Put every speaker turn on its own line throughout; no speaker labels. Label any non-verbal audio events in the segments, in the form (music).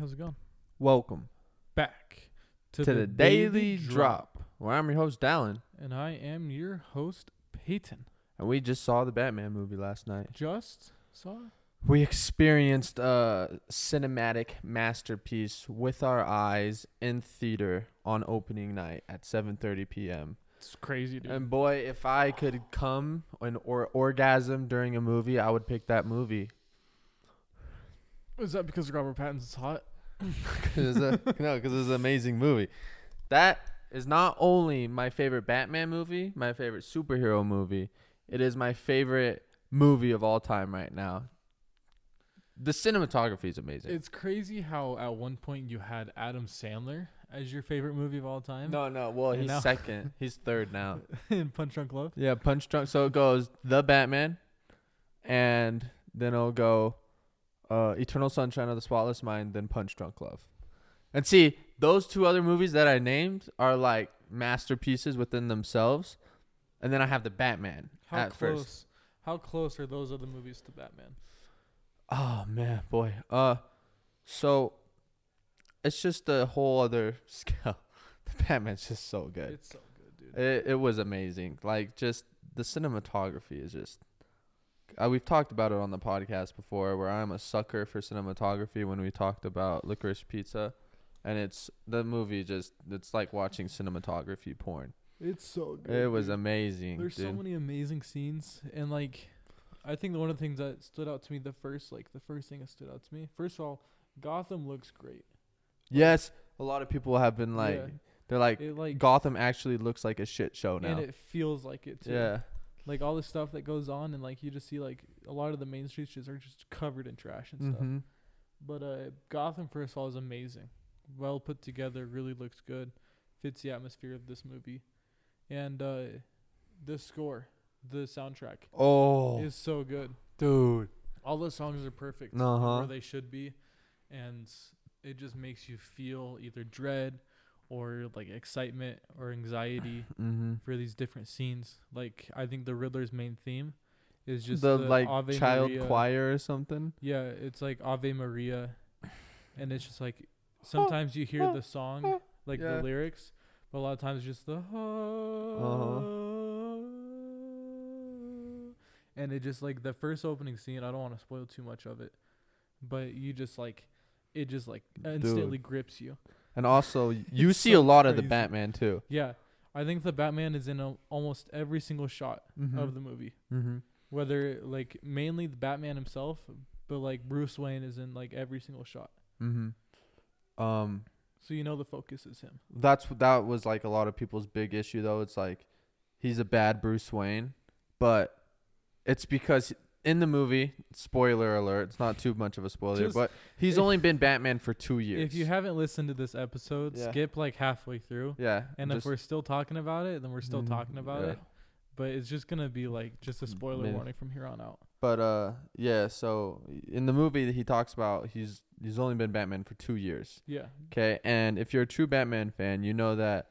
How's it going?
Welcome
Back
to, the, Daily Drop. where I'm your host, Dallin,
And I am your host, Peyton.
and we just saw the Batman movie last night.
Just saw
We experienced a cinematic masterpiece with our eyes in theater on opening night at 7:30 p.m.
It's crazy, dude.
And boy, if I could come and or orgasm during a movie, I would pick that movie.
Is that because Robert Pattinson's hot?
Cause it's a, (laughs) no, because it's an amazing movie. That is not only my favorite Batman movie, my favorite superhero movie. It is my favorite movie of all time right now. The cinematography is amazing.
It's crazy how at one point you had Adam Sandler as your favorite movie of all time.
no, no. Well,
You
he's
know?
second. He's third now.
(laughs) in Punch Drunk Love.
Yeah, Punch Drunk. So it goes the Batman, and then it'll go uh, Eternal Sunshine of the Spotless Mind, then Punch Drunk Love. And see, those two other movies that I named are like masterpieces within themselves. And then I have the Batman
How
at
close?
first.
How close are those other movies to Batman?
Oh man, boy. Uh, so it's just a whole other (laughs) scale. The Batman's just so good.
It's so good, dude.
It, it was amazing. Like just the cinematography is just. Uh, we've talked about it on the podcast before, where I'm a sucker for cinematography. When we talked about Licorice Pizza, and it's the movie just it's like watching cinematography porn.
It's so good.
It was
dude.
amazing,
There's
dude.
so many amazing scenes, and like, I think one of the things that stood out to me the first, like the first thing that stood out to me, first of all, Gotham looks great.
yes, a lot of people have been like,
Yeah.
they're like,
It like
Gotham actually looks like a shit show
and
now.
it feels like it too.
Oh,
uh,
yeah,
Like all the stuff that goes on, and like you just see like a lot of the main streets just are just covered in trash and stuff.
Mhm.
But uh, Gotham first of all is amazing, well put together, really looks good, fits the atmosphere of this movie, and uh, the score, the soundtrack
Oh,
is so good.
dude.
all the songs are perfect
Uh-huh.
where they should be and it just makes you feel either dread or like excitement or
(sighs)
anxiety
Mm-hmm.
for these different scenes like i think the riddler's main theme is just
the, like
ave
child
maria.
choir or something.
yeah it's like ave maria and it's just
(laughs)
like sometimes you hear the song like
Yeah. Uh-huh.
the lyrics but a lot of times just the and it just like the first opening scene i don't want to spoil too much of it but you just like it just like instantly grips you
And also, you
It's
see
so
a lot of the
crazy.
Batman too.
yeah i think the batman is in a, almost every single shot
Mm-hmm.
of the movie
mm-hmm.
whether like mainly the batman himself but like bruce wayne is in like every single shot
Mm-hmm. Um,
so you know the focus is him
that's that was like a lot of people's big issue though. It's like he's a bad Bruce Wayne, but it's because in the movie, spoiler alert, it's not too much of a spoiler,
Just-
but he's
if-
only been Batman for two years.
if you haven't listened to this episode
Yeah.
skip like halfway through
yeah,
and if
just-
we're still talking about it then we're still
Mhm,
talking about
yeah. Mm,
it but it's just gonna be like just a spoiler
Minute.
warning from here on out
But uh, yeah. So in the movie, he talks about he's he's only been Batman for two years.
yeah
Okay, and if you're a true Batman fan, you know that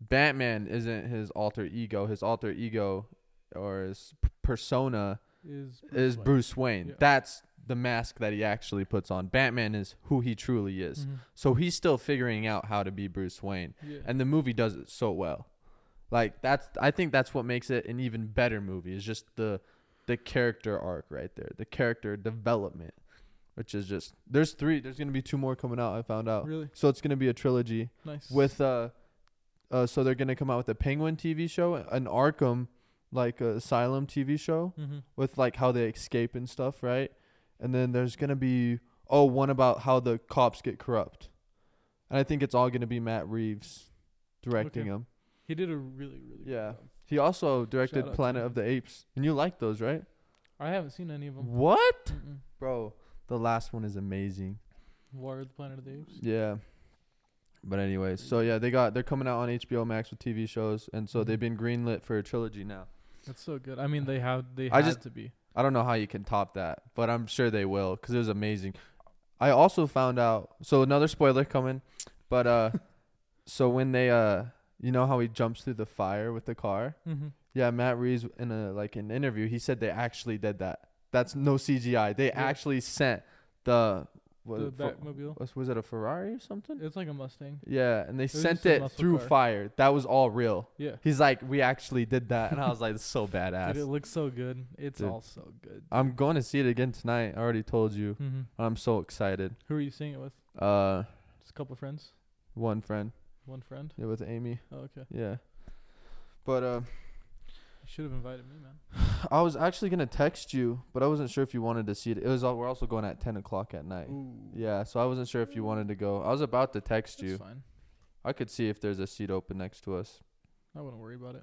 Batman isn't his alter ego. His alter ego or his p- persona
is
is
Wayne.
Bruce Wayne.
Yeah.
That's the mask that he actually puts on. Batman is who he truly is.
Mhm.
So he's still figuring out how to be Bruce Wayne,
yeah.
and the movie does it so well. Like that's I think that's what makes it an even better movie. Is just the the character arc right there, the character development, which is just there's three. There's gonna be two more coming out. I found out.
really
So it's gonna be a trilogy
nice
uh, with uh, uh so they're gonna come out with a Penguin TV show, an Arkham like uh, Asylum TV show
mm-hmm.
with like how they escape and stuff, right? And then there's gonna be oh one about how the cops get corrupt, and I think it's all gonna be Matt Reeves directing
Okay.
them.
he did a really really good
Yeah.
job.
He also
Shout out
directed
to
Planet
him.
of the Apes, and you like those, right?
i haven't seen any of them
What,
Mm-mm.
bro? The last one is amazing.
war of the planet of the apes
Yeah. But anyways, so yeah, they got they're coming out on HBO Max with TV shows, and so
Mm-hmm.
they've been greenlit for a trilogy now.
that's so good i mean they have they
I
had
just-
to be
I don't know how you can top that, but I'm sure they will because it was amazing. I also found out so another spoiler coming,
(laughs)
but uh, so when they uh, you know how he jumps through the fire with the car?
mm-hmm.
Yeah, Matt Reeves in a like an interview, he said they actually did that. That's no CGI. They
Yeah.
actually sent the what,
the
fu-
Batmobile.
was, was it a Ferrari or something?
It's like a Mustang.
Yeah, and they
was
sent
just a
it
muscle
through
car.
fire. That was all real.
Yeah.
He's like, we actually did that, and I was like, it's so badass.
Dude, it looks so good. It's
Dude.
all so good.
I'm going to see it again tonight. I already told you.
Mm-hmm.
I'm so excited.
Who are you seeing it with?
Uh,
Just a couple friends.
one friend.
One friend.
Yeah, with Amy.
Oh, okay.
Yeah. But uh,
You should have invited me, man.
I was actually gonna text you, but I wasn't sure if you wanted to see it. It was all, we're also going at ten o'clock at night.
Ooh.
Yeah, so I wasn't sure if you wanted to go. I was about to text
It's
you.
fine.
I could see if there's a seat open next to us.
I wouldn't worry about it.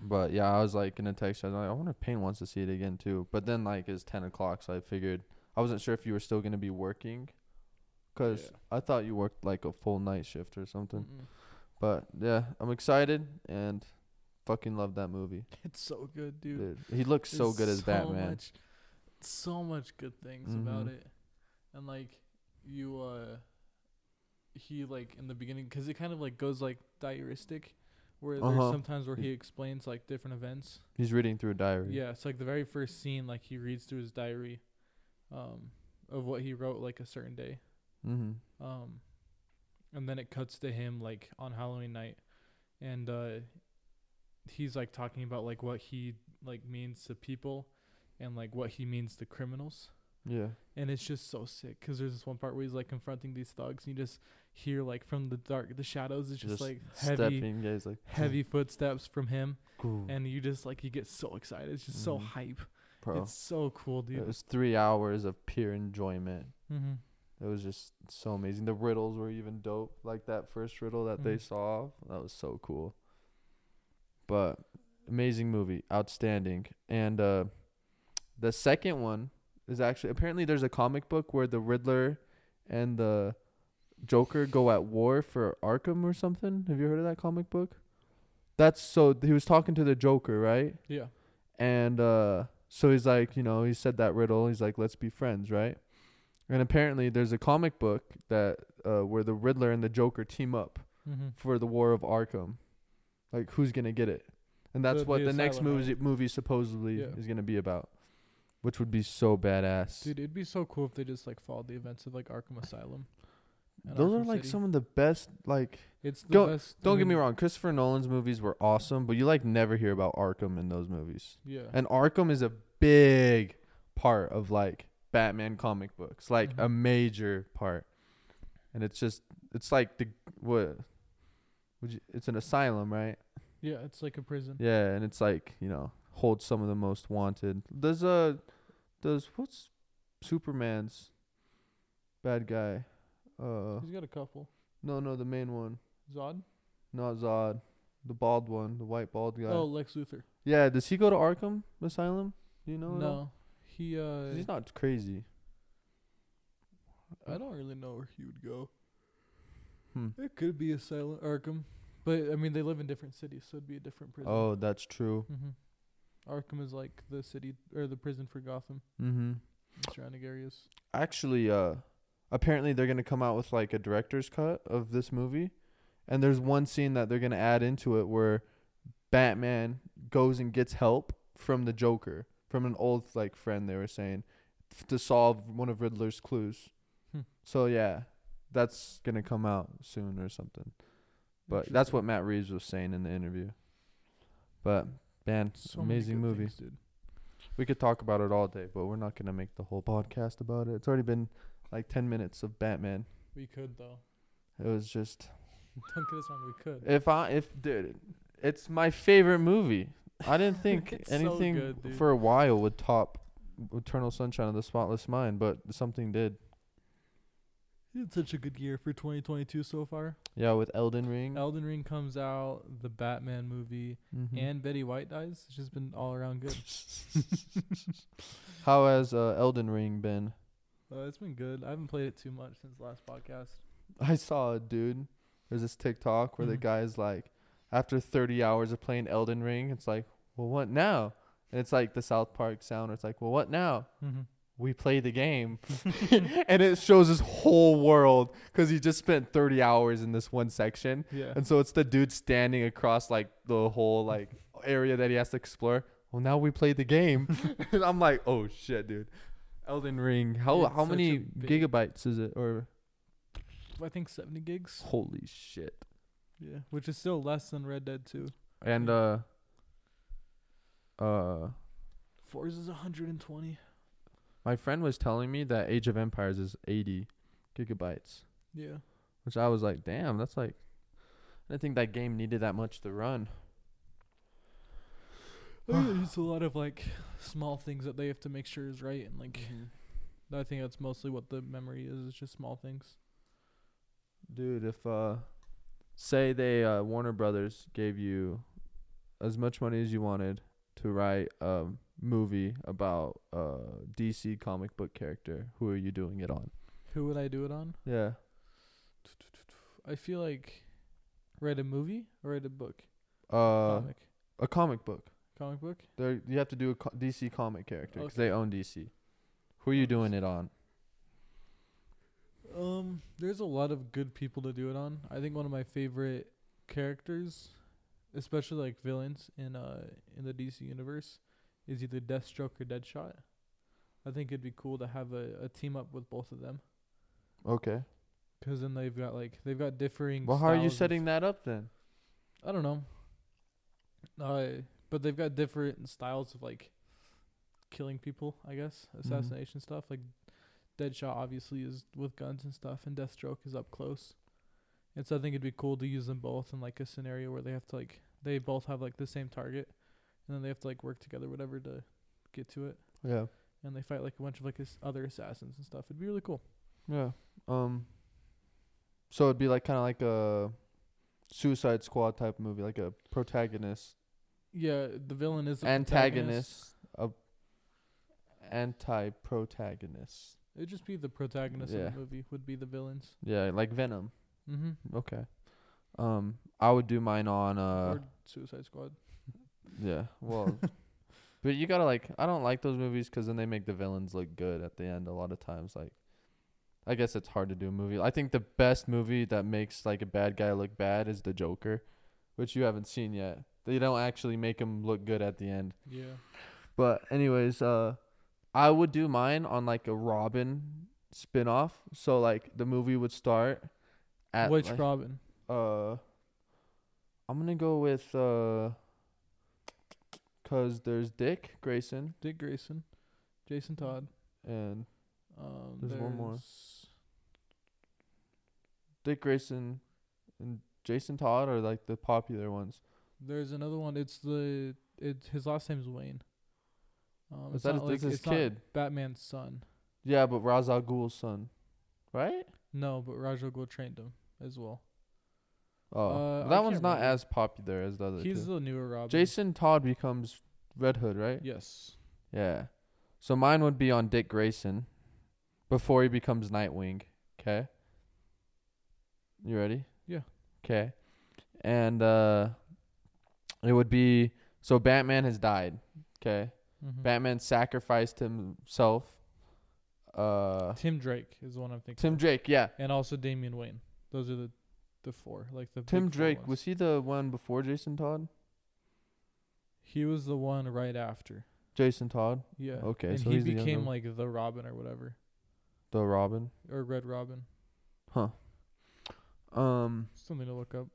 But yeah, I was like gonna text. you. I was like, I wonder if Payne wants to see it again too. But then like it's ten o'clock, so I figured I wasn't sure if you were still gonna be working, cause
Yeah. Mm.
I thought you worked like a full night shift or something.
Mm-mm.
But yeah, I'm excited and fucking love that movie.
It's so good, dude.
Dude, he looks so
There's
good as Batman.
Much, so much good things about
Mhm.
it, and like you, uh he like in the beginning because it kind of like goes like diaristic, where
Uh-huh.
there's sometimes where
Y-
he explains like different events.
He's reading through a diary.
Yeah, it's like the very first scene, like he reads through his diary, um, of what he wrote like a certain day,
Mm-hmm.
um, and then it cuts to him like on Halloween night, and uh, he's like talking about like what he like means to people, and like what he means to criminals,
Yeah.
and it's just so sick 'cause there's this one part where he's like confronting these thugs, and you just hear like from the dark, the shadows, it's just, like heavy,
stepping. Yeah, he's like (laughs)
heavy footsteps from him,
"Goo,
and you just like you get so excited, it's just so
Mhm.
hype,
bro.
it's so cool,
It
dude.
was three hours of pure enjoyment.
mm-hmm.
It was just so amazing. The riddles were even dope. Like that first riddle that they
Mhm.
solved, that was so cool. But amazing movie, outstanding. And uh, the second one is actually apparently there's a comic book where the Riddler and the Joker go at war for Arkham or something. Have you heard of that comic book? That's so he was talking to the Joker, right?
Yeah.
And uh, so he's like, you know, he said that riddle. He's like, let's be friends, right? And apparently, there's a comic book that uh, where the Riddler and the Joker team up
Mm-hmm.
for the War of Arkham. Like, who's gonna get it? And that's
The-
what
the
the, next
asylum,
movie movie supposedly
Yeah.
is gonna be about, which would be so badass.
Dude, it'd be so cool if they just like followed the events of like Arkham Asylum. and
Those
Arkham
are like
City.
some of the best. Like,
It's the
Go-
best. I
don't get me
mean,
wrong, Christopher Nolan's movies were awesome, but you like never hear about Arkham in those movies.
Yeah.
And Arkham is a big part of like Batman comic books, like a
Mhm.
major part. And it's just it's like the what would you, it's an asylum, right?
yeah, it's like a prison.
Yeah, and it's like, you know, holds some of the most wanted. There's a there's what's Superman's bad guy? Uh
He's got a couple.
no, no, the main one.
Zod.
Not Zod. The bald one, the white bald guy.
Oh, Lex Luthor.
Yeah, does he go to Arkham Asylum? Do you know?
No,
at all?
he. uh
'Cause He's not crazy.
I don't really know where he would go.
Hmm.
It could be Asylum Arkham, but I mean they live in different cities, so it'd be a different prison.
Oh, that's true.
hmm Arkham is like the city or the prison for Gotham
Mm-hmm.
and surrounding areas.
Actually, uh, apparently they're gonna come out with like a director's cut of this movie, and there's one scene that they're gonna add into it where Batman goes and gets help from the Joker, from an old like friend they were saying, f- to solve one of Riddler's clues.
Hmm.
So yeah, that's gonna come out soon or something. But that's
Interesting.
what Matt Reeves was saying in the interview. But man,
So many
amazing
good
movie.
things, dude.
We could talk about it all day, but we're not gonna make the whole podcast about it. It's already been like ten minutes of Batman.
We could though. (laughs)
It was just
Don't get us wrong. We could.
if I if dude, it's my favorite movie. I
(laughs)
didn't think
It's so
anything
good, dude.
for a while would top Eternal Sunshine of the Spotless Mind, but something did.
It's such a good year for 2022 so far.
Yeah, with Elden Ring.
Elden Ring comes out, the Batman movie,
Mhm.
and (laughs) Betty White dies. It's just been all around good.
(laughs) how has uh, Elden Ring been?
Uh, it's been good. I haven't played it too much since last podcast.
I saw a dude. There's this TikTok where the
Mhm.
guy's like, after 30 hours of playing Elden Ring, it's like, well, what now? And it's like the South Park sound. Where it's like, well, what now? We play
(laughs)
the game, (laughs) and it shows his whole world because he just spent 30 hours in this one section.
Yeah.
And so it's the dude standing across like the whole like
(laughs)
(laughs) area that he has to explore. Well, now we play the game. and I'm like, oh shit, dude. Elden Ring. How
It's
how
such a
many
big-
gigabytes is it? Or
I think 70 gigs.
holy shit.
Yeah, which is still less than Red Dead 2.
And uh uh
Forza's 120.
my friend was telling me that Age of Empires is 80 gigabytes,
Yeah.
(sighs) which I was like, "Damn, that's like I didn't think that game needed that much to run."
it's a lot of like small things that they have to make sure is right and like
Mm-hmm.
I think that's mostly what the memory is, it's just small things.
Dude, if uh say they uh Warner Brothers gave you as much money as you wanted to write a movie about uh DC comic book character, who are you doing it on?
Who would I do it on?
Yeah.
I feel like write a movie or write a book.
Uh
comic.
a comic book.
Comic book?
They're, you have to do a co- DC comic character 'cause they own DC. Who are you doing it on?
Um, there's a lot of good people to do it on. I think one of my favorite characters, especially like villains in uh in the DC universe, is either Deathstroke or Deadshot. I think it'd be cool to have a, a team up with both of them,
Okay.
'cause then they've got like they've got differing.
Well, how are you
styles of-
setting that up then?
I don't know. Uh, but they've got different styles of like killing people, I guess, assassination stuff. Like Deadshot obviously is with guns and stuff, and Deathstroke is up close. And so I think it'd be cool to use them both in like a scenario where they have to like they both have like the same target, and then they have to like work together, whatever, to get to it.
Yeah.
And they fight like a bunch of like ass- other assassins and stuff. It'd be really cool.
Yeah. Um. So it'd be like kind of like a Suicide Squad type movie, like a protagonist,
Yeah, the villain is the
antagonist, a anti-protagonist.
It'd just be the protagonist
Yeah.
of the movie would be the villains.
Yeah, like Venom.
Mm-hmm.
Okay. Um, I would do mine on uh.
or Suicide Squad.
Yeah. Well, but you gotta like. I don't like those movies 'cause then they make the villains look good at the end. A lot of times, like, I guess it's hard to do a movie. I think the best movie that makes like a bad guy look bad is the Joker, which you haven't seen yet. They don't actually make him look good at the end.
Yeah.
But anyways, uh, I would do mine on like a Robin spin-off. So like the movie would start at
Which
like,
Robin?
uh, I'm gonna go with uh, cause there's Dick Grayson
Dick Grayson, Jason Todd.
and
Um,
There's one more.
there's-
Dick Grayson and Jason Todd are like the popular ones.
There's another one. It's the it. His last name's Wayne. Um,
Is
it's
that
not
his- that's his
it's not
kid?
Batman's son.
Yeah, but Ra's al Ghul's son, right?
No, but Rajal Ghul trained him as well.
Oh,
Uh,
but
I
that one's
can't
not
remember.
as popular as the other
He's
two.
the newer Robin.
Jason Todd becomes Red Hood, right?
Yes.
Yeah. So mine would be on Dick Grayson before he becomes Nightwing. Okay. You ready?
Yeah.
Okay. And uh it would be so Batman has died. Okay.
Mhm.
Batman sacrificed himself. Uh
Tim Drake is the one I'm thinking.
Tim Drake, yeah.
And also Damian Wayne. Those are the the four. Like the
Tim
big four
Drake,
ones.
was he the one before Jason Todd?
he was the one right after.
Jason Todd,
Yeah.
Okay,
And
so
he
he's the younger
became
one.
like the Robin or whatever
the Robin.
or Red Robin.
Um
Something to look up.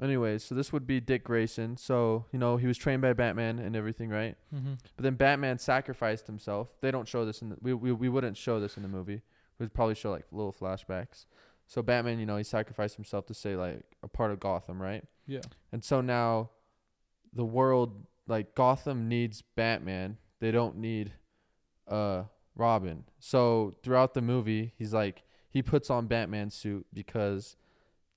anyways, so this would be Dick Grayson. So, you know, he was trained by Batman and everything, right?
Mm-hmm.
But then Batman sacrificed himself. They don't show this in the, we, we we wouldn't show this in the movie. We'd probably show like little flashbacks. So Batman, you know, he sacrificed himself to say like a part of Gotham, right?
Yeah.
And so now the world like Gotham needs Batman. They don't need uh Robin. So throughout the movie, he's like he puts on Batman suit because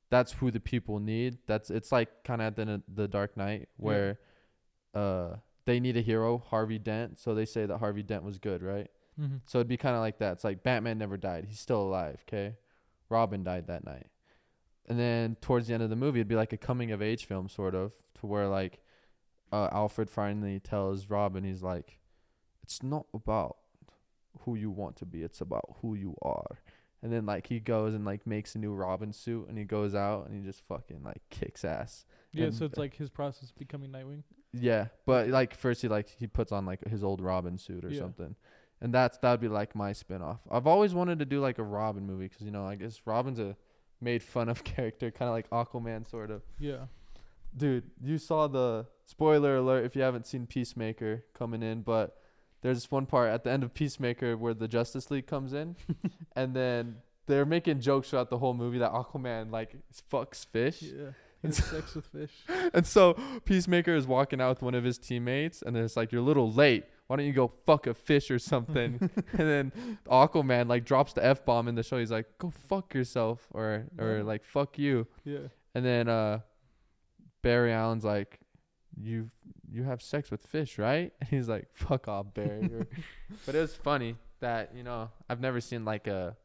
that's who the people need. That's it's like kind of at the end of the Dark Knight where uh they need a hero, Harvey Dent. So they say that Harvey Dent was good, right?
Mm-hmm.
So it'd be kind of like that. It's like Batman never died. He's still alive, okay? Robin died that night. And then towards the end of the movie, it'd be like a coming of age film, sort of, to where like uh, Alfred finally tells Robin, he's like, it's not about who you want to be, it's about who you are. And then like he goes and like makes a new Robin suit and he goes out and he just fucking like kicks ass.
Yeah,
And-
so it's like his process of becoming Nightwing.
Yeah, but like first he like he puts on like his old Robin suit or
Yeah.
something, and that's that'd be like my spin-off. I've always wanted to do like a Robin movie because you know I guess Robin's a made fun of (laughs) character, kind of like Aquaman sort of.
Yeah.
Dude, you saw the spoiler alert if you haven't seen Peacemaker coming in, but there's this one part at the end of Peacemaker where the Justice League comes in, and then they're making jokes throughout the whole movie that Aquaman like fucks fish.
Yeah. He (laughs)
And
has sex with fish.
And so Peacemaker is walking out with one of his teammates, and it's like, "You're a little late. Why don't you go fuck a fish or something?" (laughs) and then Aquaman like drops the f bomb in the show. He's like, "Go fuck yourself," or or
Yeah.
like "fuck you."
Yeah.
And then uh, Barry Allen's like, "You you have sex with fish, right?" (laughs) And he's like, "Fuck off, Barry." or- but it was funny that you know I've never seen like a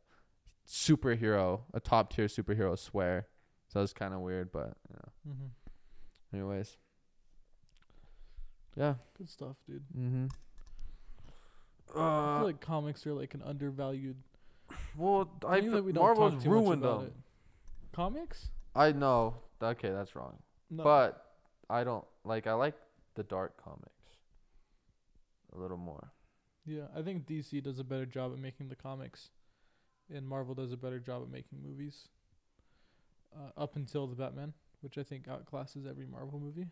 superhero, a top tier superhero swear. So it's kind of weird, but you know.
Mm-hmm.
Anyways. Yeah.
Good stuff, dude.
Mm-hmm.
I
Uh,
feel like comics are like an undervalued.
well, I
thing that
feel
we don't
Marvel's
talk too much
ruined
about
them.
it. Comics?
I know. Okay, that's wrong.
No.
But I don't like. I like the dark comics a little more.
yeah, I think DC does a better job at making the comics, and Marvel does a better job at making movies. Uh, up until the Batman, which I think outclasses every Marvel movie.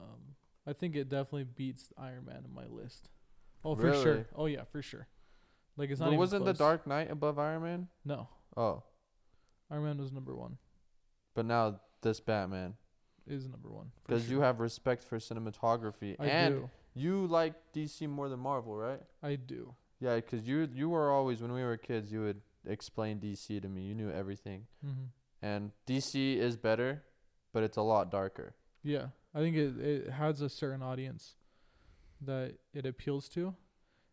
Um, I think it definitely beats Iron Man in my list. Oh, for
Really?
sure. Oh yeah, for sure. Like it's not.
But
even
wasn't the
close.
Dark Knight above Iron Man?
No,
Oh,
Iron Man was number one.
but now this Batman
Is number one. for
because you
sure.
have respect for cinematography
I
and
do.
you like DC more than Marvel, right?
I do.
Yeah, because you you were always when we were kids, you would explain DC to me. You knew everything.
Mm-hmm.
and DC is better, but it's a lot darker.
Yeah, I think it it has a certain audience that it appeals to,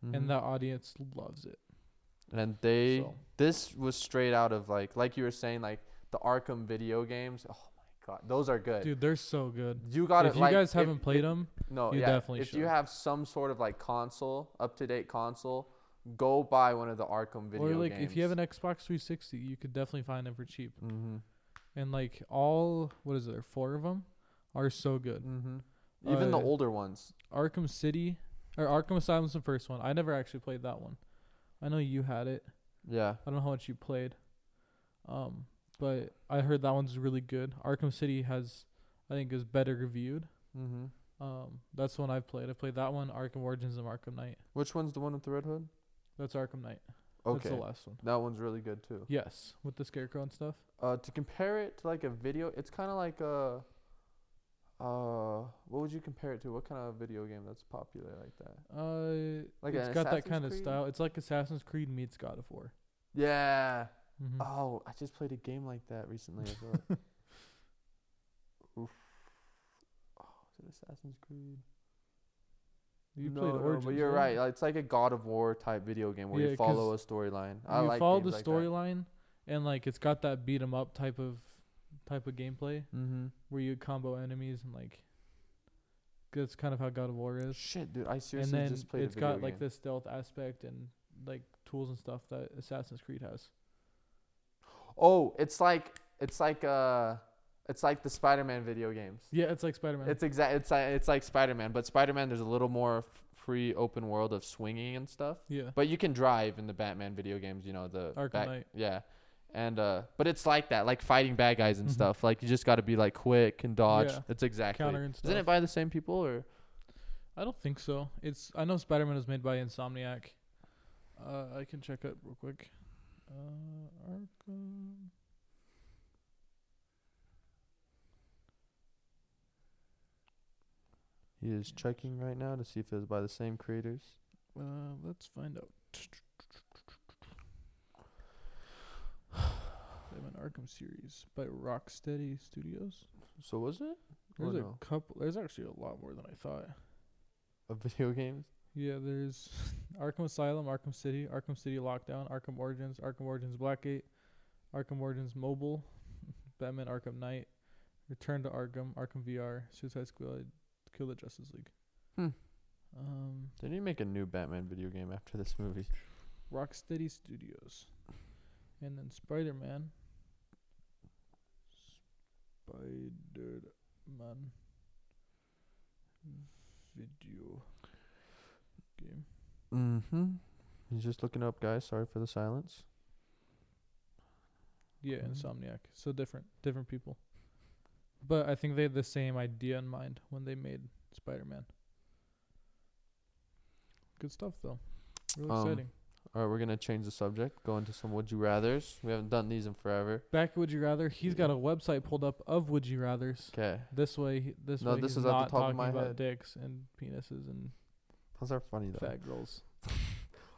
Mm-hmm.
and that audience loves it.
and they
Mm-hmm. so.
this was straight out of like like you were saying like the Arkham video games. Oh my god, those are good.
Dude, they're so good.
you got to
if you guys haven't played 'em, played them,
no,
you
yeah.
definitely
if you
should.
have some sort of like console, up to date console, go buy one of the Arkham video
or like
games.
if you have an Xbox 360, you could definitely find them for cheap.
Mhm.
And like all what is there, four of them are so good.
Mhm. Even the
Uh,
older ones.
Arkham City or Arkham Asylum's the first one. I never actually played that one. I know you had it.
Yeah.
I don't know how much you played. Um, but I heard that one's really good. Arkham City has, I think, is better reviewed.
Mhm.
Um, that's the one I've played. I played that one, Arkham Origins, and Arkham Knight.
Which one's the one with the red hood?
That's Arkham Knight. That's
Okay.
the last one.
That one's really good too.
Yes, with the scarecrow and stuff.
uh, to compare it to like a video, it's kind of like a. Uh, what would you compare it to? What kind of video game that's popular like that?
Uh,
Like
it's
an
got that
Assassin's
kind of
Creed?
style. It's like Assassin's Creed meets God of War.
Yeah.
Mm-hmm.
Oh, I just played a game like that recently as well. Oof. Oh, is it Assassin's Creed?
you
no,
played
no,
Origins,
but you're right. Like, It's like a God of War type video game where
Yeah,
you
'cause
follow a storyline. I
you
like
follow the
games like that.
storyline, and like it's got that beat 'em up type of type of gameplay
Mhm.
where you combo enemies and like. That's kind of how God of War is.
Shit, dude, I
and
seriously
then
just played
it's
a video
got
game.
like the stealth aspect and like tools and stuff that Assassin's Creed has.
Oh, it's like it's like uh, it's like the Spider-Man video games.
Yeah, it's like Spider Man.
It's exact. It's like it's like Spider Man, but Spider Man there's a little more f- free open world of swinging and stuff.
yeah,
But you can drive in the Batman video games. You know the
Arkham
bat-
Knight.
Yeah, and uh, but it's like that, like fighting bad guys and
Mhm.
stuff. Like you just got to be like quick and dodge.
Yeah.
That's exactly.
counter and stuff.
Isn't it by the same people or?
I don't think so. It's I know Spider Man was made by Insomniac. Uh, I can check it real quick. Uh, Arkham.
He is checking right now to see if it was by the same creators.
Uh, let's find out. They have an Arkham series by Rocksteady Studios.
So was it?
There's
oh,
a
no.
couple. There's actually a lot more than I thought.
of video games?
Yeah, there's (laughs) Arkham Asylum, Arkham City, Arkham City Lockdown, Arkham Origins, Arkham Origins Blackgate, Arkham Origins Mobile, (laughs) Batman Arkham Knight, Return to Arkham, Arkham VR, Suicide Squad, Kill the Justice League.
Hmm.
Um,
They need to make a new Batman video game after this movie.
Rocksteady Studios, and then Spider Man. Spider Man video
Mm-hmm. He's just looking up, guys. Sorry for the silence.
Yeah,
Okay.
Insomniac. So different, different people. But I think they had the same idea in mind when they made Spider-Man. Good stuff though. Really
Um,
exciting.
All right, we're gonna change the subject. Go into some would you rather's. We haven't done these in forever.
Back at Would You Rather, he's got a website pulled up of Would You Rather's.
Okay,
This way, he- this
No,
way
this
he's
is at the
not
top of
talking
my
about
head.
dicks and penises and
those are funny though.
fat girls.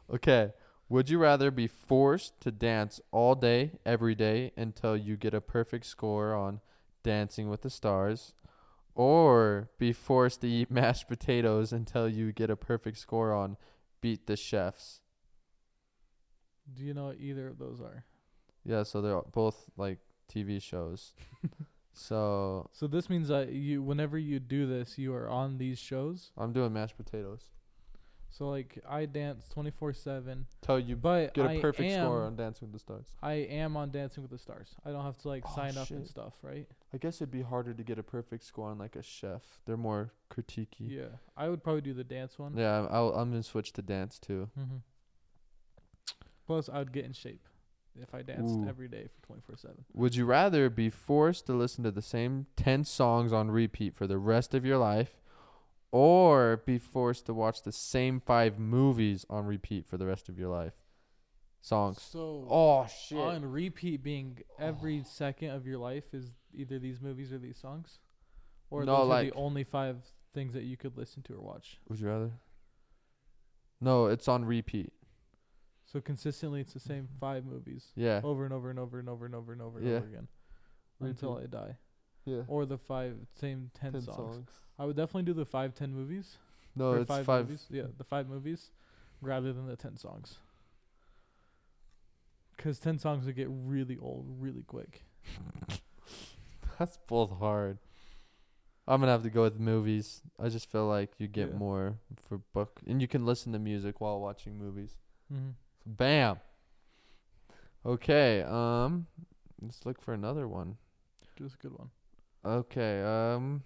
Okay, would you rather be forced to dance all day, every day, until you get a perfect score on Dancing with the Stars, or be forced to eat (laughs) mashed potatoes until you get a perfect score on Beat the Chefs?
Do you know what either of those are?
Yeah, so they're both like TV (laughs) shows. so
So this means that you, whenever you do this, you are on these shows.
I'm doing mashed potatoes.
So like I dance twenty four seven,
Till you
but
get a
I
perfect
am,
score on Dancing with the Stars.
I am on Dancing with the Stars. I don't have to like
Oh,
sign up and
shit.
stuff, right?
I guess it'd be harder to get a perfect score on like a chef. They're more critiquey.
Yeah, I would probably do the dance one.
Yeah, I'll, I'm gonna switch to dance too.
Mm-hmm. Plus, I would get in shape if I danced
Ooh.
every day for twenty four seven.
Would you rather be forced to listen to the same 10 songs on repeat for the rest of your life or be forced to watch the same 5 movies on repeat for the rest of your life? Songs.
So
Oh shit. Oh.
on repeat, being every second of your life is either these movies or these songs, or
No,
those are
like-
the only five things that you could listen to or watch.
Would you rather? No, it's on repeat.
So consistently, it's the same five movies
Mm-hmm. Yeah.
over and over and over and over and over and over and
Yeah. Mm-hmm.
over again until I die,
Yeah.
or the five same ten, songs. I would definitely do the five ten movies.
No,
or
it's 5.
movies. Yeah, the Oh, five movies, rather than the ten songs. Cause ten songs would get really old really quick.
(laughs) That's both hard. I'm gonna have to go with movies. I just feel like you get
Yeah.
more for book, and you can listen to music while watching movies.
Mm-hmm.
Bam. Okay. Um, let's look for another one.
Just a good one.
Okay. Um,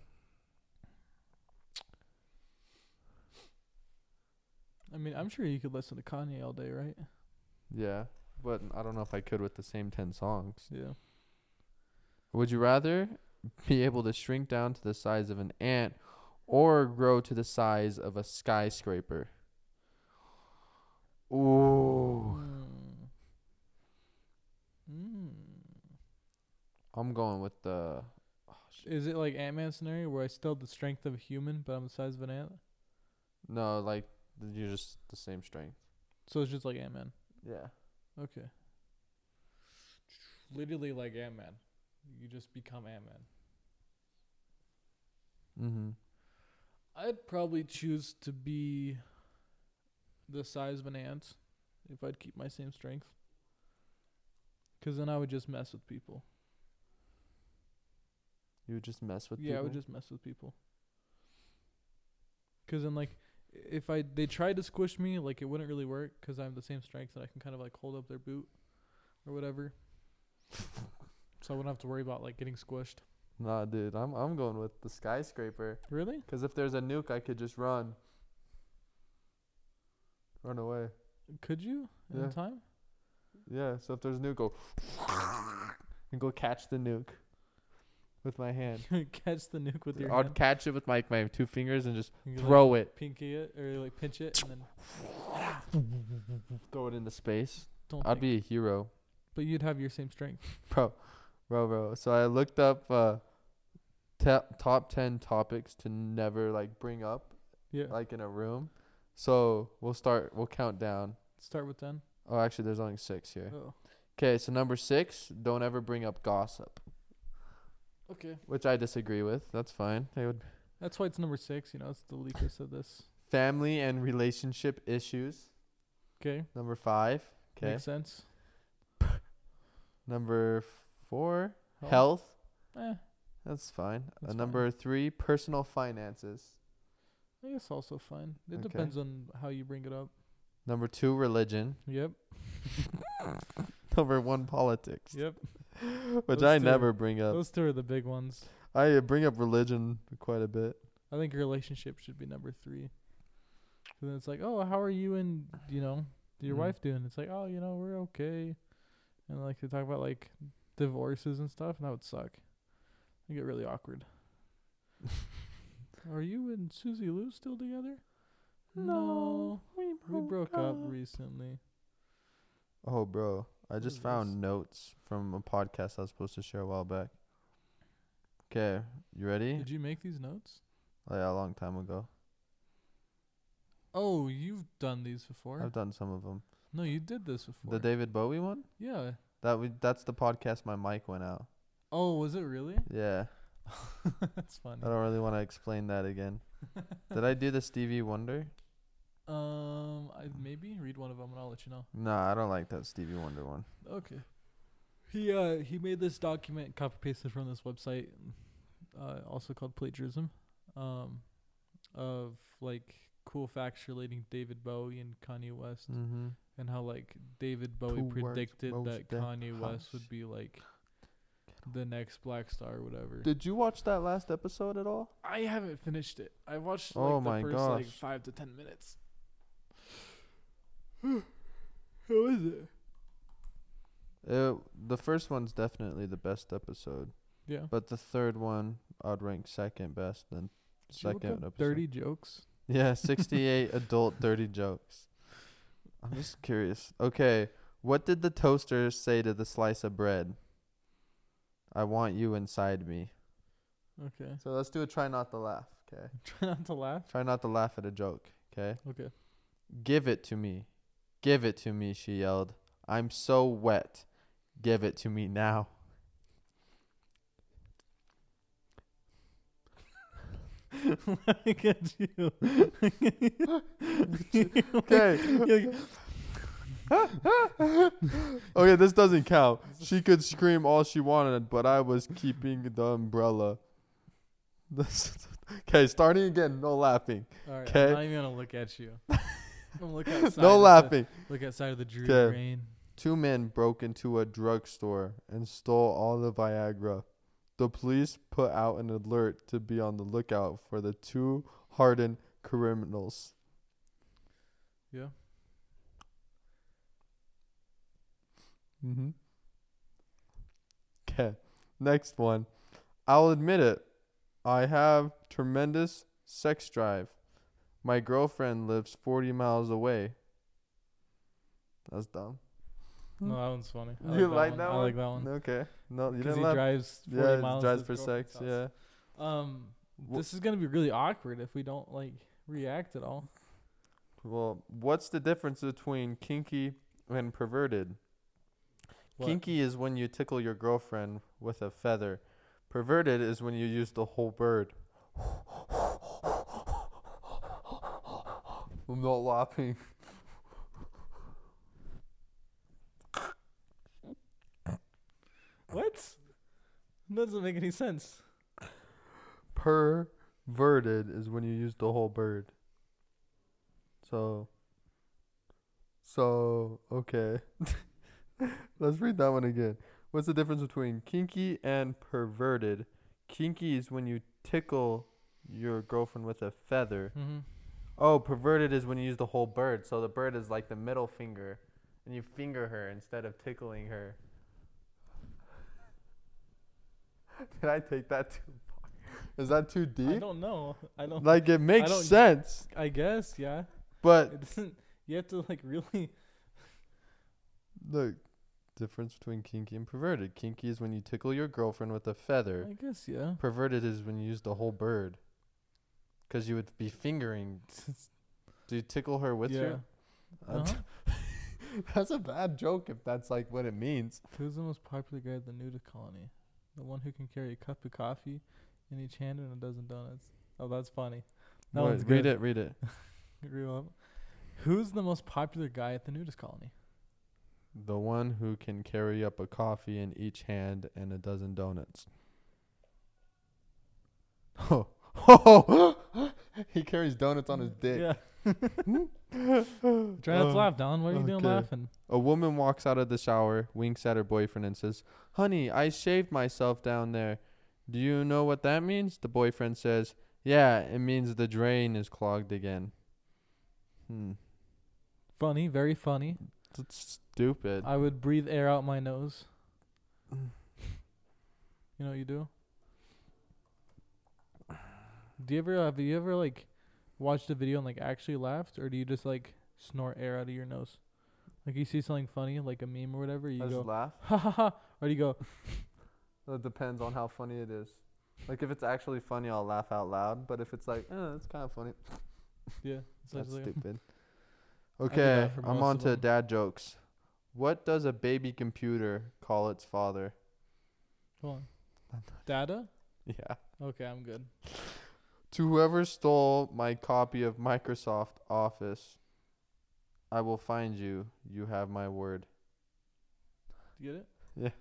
I mean, I'm sure you could listen to Kanye all day, right?
yeah, but I don't know if I could with the same ten songs.
Yeah.
Would you rather be able to shrink down to the size of an ant, or grow to the size of a skyscraper? Ooh.
Mm. Mm.
I'm going with the.
Is it like Ant Man scenario where I still have the strength of a human but I'm the size of an ant?
No, like th- you're just the same strength.
So it's just like Ant Man.
Yeah.
Okay. Literally like Ant Man. You just become Ant Man.
Mm-hmm.
I'd probably choose to be the size of an ant if I'd keep my same strength. 'Cause then I would just mess with people.
You would just mess with.
yeah, I would
people?
just mess with people. 'Cause then, like, if I they tried to squish me, like it wouldn't really work 'cause I have the same strength and I can kind of like hold up their boot or whatever. so I wouldn't have to worry about like getting squished.
Nah, dude, I'm I'm going with the skyscraper.
Really?
Cause if there's a nuke, I could just run. Run away.
Could you in
Yeah.
time? (laughs)
Yeah. So if there's a nuke, go (laughs) and go catch the nuke with my hand.
Catch the nuke with your
I'd
hand.
catch it with my my two fingers and just
You, like,
throw it.
pinky it or like pinch it and then
(laughs) Throw it into space.
don't
I'd
think.
be a hero.
but you'd have your same strength
bro, bro, bro. So I looked up uh, te- top ten topics to never like bring up
yeah
like in a room. So we'll start. We'll count down.
start with 10
Oh, actually, there's only six here.
oh
Okay, so number six, don't ever bring up gossip,
okay
which I disagree with. That's fine. They would
that's why it's number six you know it's the weakest of this
family and relationship issues.
okay
Number five. Okay.
makes sense
Number four,
Health?
health.
eh,
That's fine.
That's
uh,
fine.
number three, personal finances.
i guess also fine it
Okay.
depends on how you bring it up
Number two, religion. (laughs)
yep
Number one, politics.
yep
Which
Those
I
two-
never bring up.
those two are the big ones
I bring up religion quite a bit.
i think relationship should be number three So then it's like, oh, how are you and you know your
Mhm.
wife doing? It's like, oh, you know, we're okay. And like they talk about like divorces and stuff, and that would suck. It'd get really
(laughs)
awkward. are you and Susie Lou still together? No,
we
we broke up recently.
Oh, bro, I
What
just
is
found
this?
notes from a podcast I was supposed to share a while back. Okay, you ready?
Did you make these notes?
oh, yeah, a long time ago.
Oh, you've done these before.
I've done some of them.
no, you did this before.
The David Bowie one?
yeah.
That we that's the podcast my mic went out.
Oh, was it really? (laughs)
Yeah.
That's funny.
I don't really want to explain
(laughs)
that again. Did I do the Stevie Wonder?
Um, I maybe read one of them and I'll let you know.
No, I don't like that Stevie Wonder one.
Okay. He uh he made this document copy pasted from this website, uh, also called plagiarism, um, of like cool facts relating David Bowie and Kanye West
Mm-hmm.
and how like David Bowie
Two words
predicted
most
that
dead
Kanye West
house.
would be like the next black star or whatever.
Did you watch that last episode at all?
I haven't finished it. I watched like
Oh
the
my
first like
gosh.
five to ten minutes. (gasps) How is it?
Uh, the first one's definitely the best episode,
Yeah.
but the third one I'd rank second best. Then
Did you look up
second episode.
Dirty jokes.
(laughs)
(laughs)
Yeah, 68 adult dirty jokes. I'm just curious. Okay, what did the toaster say to the slice of bread? I want you inside me.
Okay. (laughs)
So let's do a try not to laugh, okay?
Try not to laugh.
Try not to laugh at a joke, okay?
Okay. (laughs)
Give it to me. Give it to me, she yelled. I'm so wet. Give it to me now.
Look at you. (laughs)
Okay. okay, this doesn't count. She could scream all she wanted, but I was keeping the umbrella. (laughs) This- okay, starting again, no laughing.
All right.
Okay.
I'm not even gonna look at you. I'm gonna look outside.
(laughs) no
at
laughing.
The, look outside of the dreary
'Kay.
rain.
Two men broke into a drugstore and stole all the Viagra. The police put out an alert to be on the lookout for the two hardened criminals.
Yeah.
Mm-hmm. Okay, next one. I'll admit it. I have tremendous sex drive. My girlfriend lives 40 miles away. That's dumb.
No, that one's funny. I
You like that
I
one?
like that one.
Okay. No, you
'Cause
didn't
he
laugh.
drives 40
yeah,
miles to
drives
his
for
girlfriend's house.
sex. Yeah.
Um,
Wh-
this is gonna be really awkward if we don't like react at all.
Well, what's the difference between kinky and perverted?
What?
Kinky is when you tickle your girlfriend with a feather. Perverted is when you use the whole bird. (laughs) I'm not laughing.
What? Doesn't make any sense.
Perverted is when you use the whole bird. So. So, okay. (laughs) Let's read that one again. What's the difference between kinky and perverted? Kinky is when you tickle your girlfriend with a feather.
Mm-hmm.
Oh, perverted is when you use the whole bird. So the bird is like the middle finger, and you finger her instead of tickling her. (laughs) Did I take that too far? Is that too
Mm-hmm. I
deep?
don't know. I don't.
Like it makes
don't-
sense,
I guess. Yeah.
but
It doesn't. You have to like really.
look, difference between kinky and perverted. Kinky is when you tickle your girlfriend with a feather.
I guess. Yeah. (laughs)
Perverted is when you use the whole bird. 'Cause you would be fingering. Do you tickle her with
yeah.
your?
Uh-huh.
(laughs) That's a bad joke if that's like what it means.
Who's the most popular guy at the nudist colony? The one who can carry a cup of coffee in each hand and a dozen donuts. Oh, that's funny. That
Wait,
one's
read
good.
it, read it.
Real up. Who's the most popular guy at the nudist colony?
The one who can carry up a coffee in each hand and a dozen donuts. (laughs) Oh, he carries donuts on his dick.
Yeah. Try not to
Um,
laugh, Don. Why are you doing
okay.
laughing?
A woman walks out of the shower, winks at her boyfriend, and says, Honey, I shaved myself down there. Do you know what that means? The boyfriend says, Yeah, it means the drain is clogged again. Hmm.
Funny, very funny.
That's stupid.
I would breathe air out my (sighs) nose. You know what you do? Do you ever have you ever like watched a video and like actually laughed, or do you just like snort air out of your nose? Like you see something funny, like a meme or whatever, you
I just
go
laugh.
(laughs) ha ha ha, or do you
(laughs)
go
It depends on how funny it is. Like if it's actually funny, I'll laugh out loud. But if it's like, eh, it's kind of funny.
yeah? It's
That's
like- (laughs)
stupid.
do that
Okay,
for
I'm
most
on
of
to
them.
dad jokes. What does a baby computer call
(laughs)
its father?
Hold on. Data?
Yeah.
Okay, I'm good.
To whoever stole my copy of Microsoft Office, I will find you. You have my word.
You get it?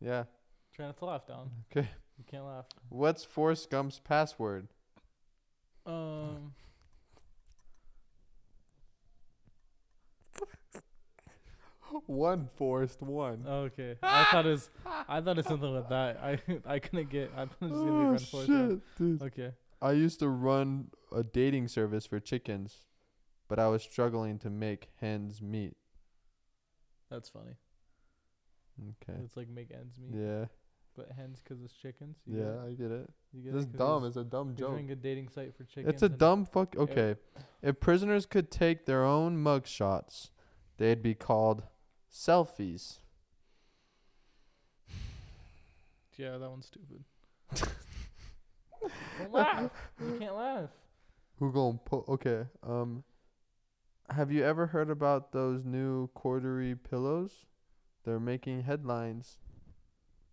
Yeah.
Try not to laugh down.
Okay.
You can't laugh.
What's Forrest Gump's
(laughs)
password?
Um.
One Forrest one.
Okay. I thought it was. I thought it's something with that. I (laughs) I couldn't get. I thought it was
Oh,
gonna be run for it.
dude.
Okay.
I used to run a dating service for chickens, but I was struggling to make hens meet.
That's funny.
Okay.
It's like make ends meet,
Yeah.
but hens 'cause it's chickens. You get
Yeah,
it?
I get it.
You get
This is
it? 'Cause
dumb.
You're,
It's a dumb
you're
joke.
doing a dating site for chickens.
It's a
and-
dumb fuck.
Yeah.
Okay. If prisoners could take their own mug shots, they'd be called selfies.
(laughs) Yeah, that one's stupid. Don't laugh. You (laughs) can't laugh.
(laughs) Who gon' po- Okay. Um. Have you ever heard about those new quartery pillows? They're making headlines.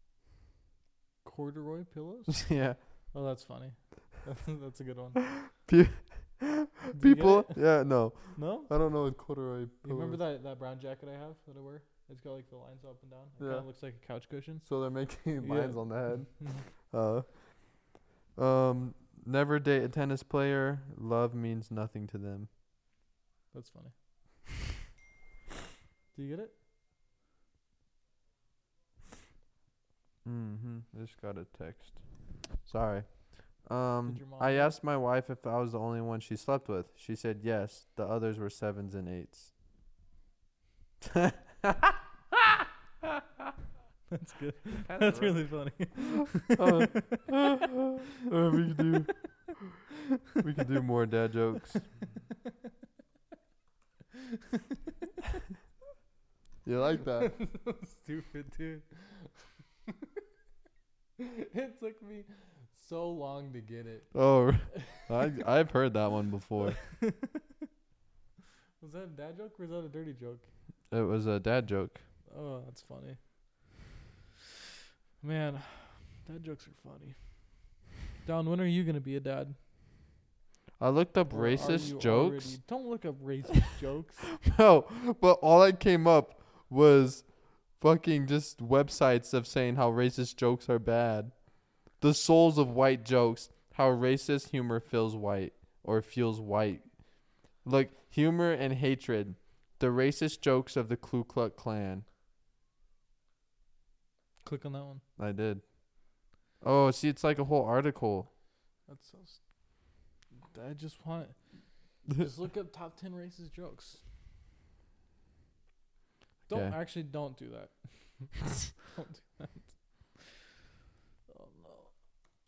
(laughs)
Corduroy pillows.
yeah.
Oh, that's funny. (laughs) That's, that's a good one. Do you get
People.
it?
Yeah. No.
No.
I don't know what corduroy.
You remember
pillows-
that, that brown jacket I have that I wear? It's got like the lines up and down. It
Yeah.
kind of looks like a couch cushion.
So they're making
Yeah. Mm-hmm.
lines on the head. Uh, um, never date a tennis player. Love means nothing to them.
(laughs) That's funny. Do you get it? (laughs)
Mm-hmm. Just got a text. Sorry. Um,
your mom
I
know?
asked my wife if I was the only one she slept with. She said yes. The others were sevens and eights.
That's good. (laughs) That's really funny.
Uh, uh, we can do. We can do more dad jokes. you like that?
(laughs) Stupid dude. (laughs) it took me so long to get it.
Oh, I I've heard that one before.
Was that a dad joke or was that a dirty joke?
It was a dad joke.
Oh, that's funny. Man, dad jokes are funny. Don, when are you gonna be a dad?
I looked up
Or are you
racist jokes.
already- Don't look up racist (laughs) jokes.
(laughs) No, but all that came up was fucking just websites of saying how racist jokes are bad. The souls of white jokes, how racist humor feels white or feels white. Look, humor and hatred, the racist jokes of the Ku Klux Klan.
Click on that one.
I did. Oh, see, it's like a whole article.
That's so. St- I just want. just look up top ten racist jokes. Don't
Okay.
actually don't do
(laughs)
that. don't do that. Oh no!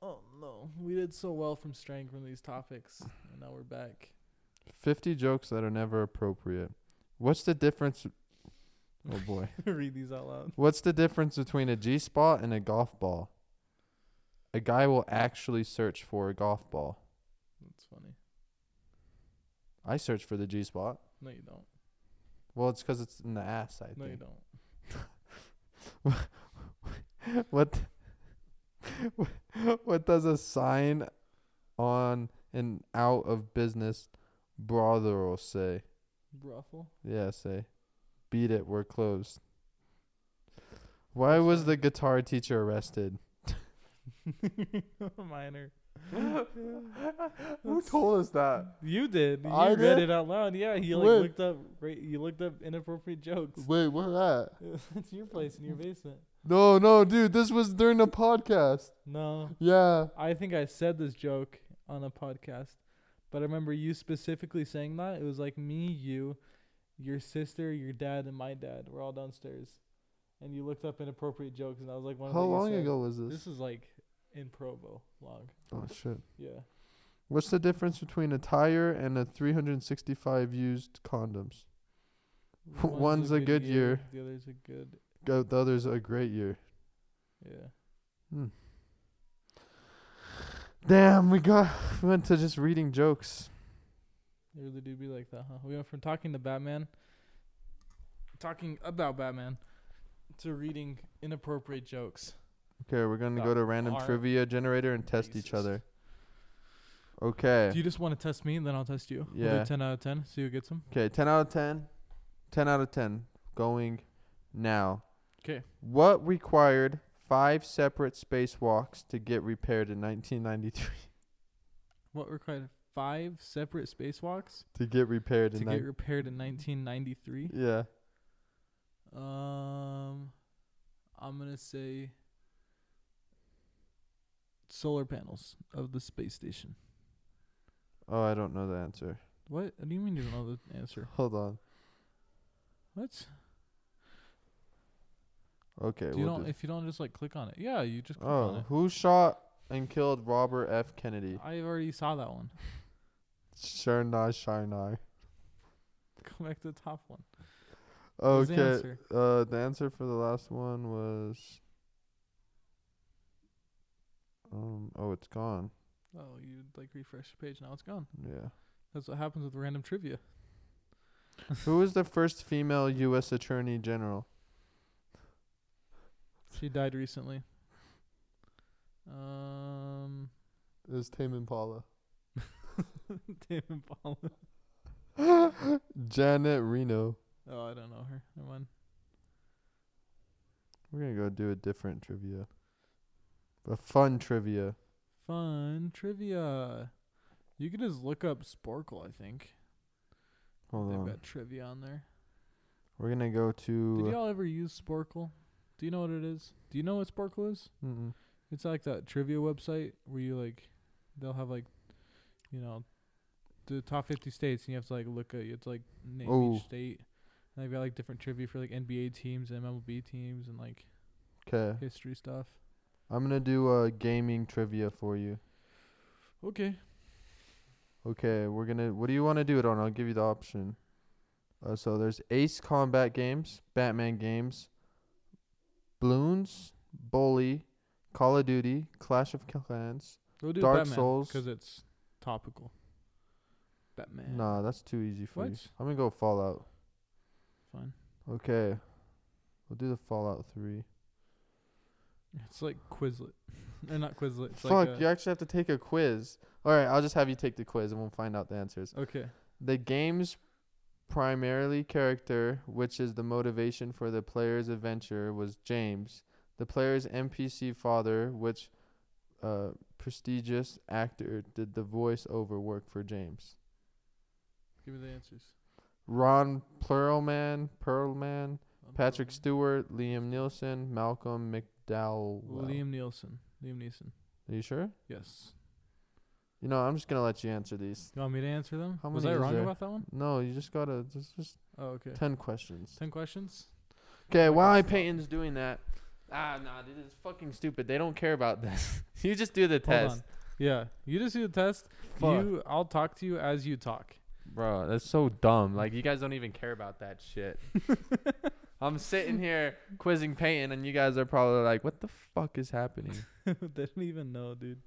Oh no! We did so well from straying from these topics, and now we're back. (laughs)
50 jokes that are never appropriate. What's the difference? Oh boy.
Read these out loud.
What's the difference between a G spot and a golf ball? A guy will actually search for a golf ball.
That's funny.
I search for the G spot.
No, you don't.
Well, it's 'cause it's in the ass, I
no, you
think.
don't.
What (laughs) What does a sign on an out of business brothel say? (laughs)
Brothel.
Yeah, say. Beat it, we're closed. Why was the guitar teacher
(laughs)
arrested?
Minor.
Who told us that?
You did. You
I
read
did?
it out loud. Yeah, you like
When?
looked up. Ra- you looked up inappropriate jokes.
Wait, where at?
(laughs) it's your place in your basement.
No, no, dude, this was during the podcast.
No,
Yeah.
I think I said this joke on a podcast, But I remember you specifically saying that. It was like me, you, your sister, your dad, and my dad were all downstairs. And you looked up inappropriate jokes, and I was like, one of
How
that you
long
said.
ago was this?
This is like in Provo, long.
Oh shit.
Yeah.
What's the difference between a tire and a 365 used condoms? (laughs) One's a good year.
The other's a good.
Go, the other's a great year.
Yeah.
Damn, we got (laughs) we went to just reading jokes.
They really do be like that, huh? We went from talking to Batman, talking about Batman, to reading inappropriate jokes.
Okay, we're gonna go
That
to random
are
trivia generator and test each
racist.
other. Okay.
Do you just want to test me and then I'll test you? We'll do
Yeah.
10 out of 10, see who gets them.
Okay, 10 out of 10. 10 out of 10. Going now.
'Kay.
What required five separate spacewalks to get repaired in 1993?
What required five separate spacewalks
(laughs) to get repaired
to
in
get
nine-
repaired in 1993?
Yeah.
Um, I'm going to say solar panels of the space station.
Oh, I don't know the answer.
What? What do you mean you don't know the answer?
(laughs) Hold on.
What?
Okay.
Do you
we'll
don't,
do-
if you don't just like click on it. Yeah, you just click on
oh,
it.
who shot and killed Robert F. Kennedy?
I already saw that one. (laughs)
Sharnar Sharnar.
Go back to the top one. What was the
Okay.
answer?
uh, the answer for the last one was. Um. Oh, it's gone.
Oh, you like refresh the page now it's gone.
Yeah.
That's what happens with random trivia.
Who was the first female U.S. Attorney General?
(laughs) She died recently. (laughs) Um,
It was Tame (laughs) Impala.
Tame Impala.
Janet Reno.
Oh, I don't know her. Never mind.
We're gonna go do a different trivia. A fun trivia.
Fun trivia. You could just look up Sporkle. I think
Hold
they've
on.
got trivia on there.
We're gonna go to.
Did y'all ever use Sporkle? Do you know what it is? Do you know what Sporkle is?
Mm-mm.
It's like that trivia website where you like, they'll have like, you know, the top 50 states, and you have to like look at it's like name
Oh.
each state. And they've got like different trivia for like NBA teams and MLB teams and like
Okay.
history stuff.
I'm gonna do a gaming trivia for you.
Okay.
Okay, we're gonna. What do you want to do it on? I'll give you the option. Uh, so there's Ace Combat games, Batman games, Bloons, Bully, Call of Duty, Clash of Clans.
We'll do
Dark
Batman
Souls.
because it's topical. Batman.
Nah, that's too easy for you.
What?
I'm gonna go Fallout.
Fine.
Okay, we'll do the Fallout Three.
It's like Quizlet. (laughs) or not Quizlet. It's
Fuck,
like a-
you actually have to take a quiz. All right, I'll just have you take the quiz and we'll find out the answers.
Okay.
The game's primarily character, which is the motivation for the player's adventure, was James. The player's NPC father, which uh, prestigious actor did the voiceover work for James.
Give me the answers.
Ron Perlman, Perlman,
I'm
Patrick
probably-
Stewart, Liam Nielsen, Malcolm McDowell.
Liam Nielsen. Liam Neeson.
Are you sure?
Yes.
You know, I'm just gonna let you answer these.
You want me to answer them?
How
Was
many
I
is
wrong
there?
about that one?
No, you just gotta just just
Oh, okay.
ten questions.
Ten questions.
Okay, why Peyton's doing that? Ah, nah, this is fucking stupid. They don't care about this. (laughs) you just do the
Hold
test,
on. Yeah, you just do the test.
Fuck.
You, I'll talk to you as you talk.
Bro, that's so dumb. Like you guys don't even care about that
(laughs)
shit.
I'm sitting here quizzing Peyton, and you guys are probably like, "What the fuck is happening?"
(laughs)
(sighs)
they don't even know, dude. (sighs)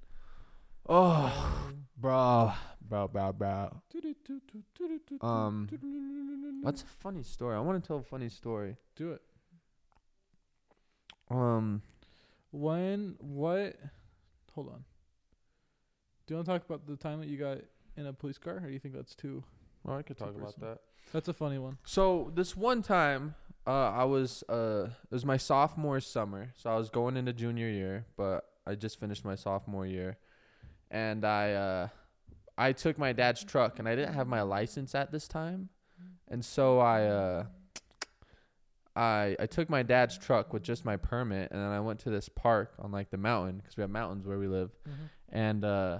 Oh, bro, bro, bro, bro. Um,
What's a funny story? I want to tell a funny story.
do it?
Um,
When what? Hold on. Do you want to talk about the time that you got in a police car, or do you think that's too?
well, I could
Too
talk about
personal.
that.
That's a funny one.
So this one time, uh, I was uh, it was my sophomore summer, so I was going into junior year, but I just finished my sophomore year, and I uh, I took my dad's truck, and I didn't have my license at this time, and so I uh, I I took my dad's truck with just my permit, and then
Mm-hmm.
I went to this park on like the mountain because we have mountains where we live, and uh,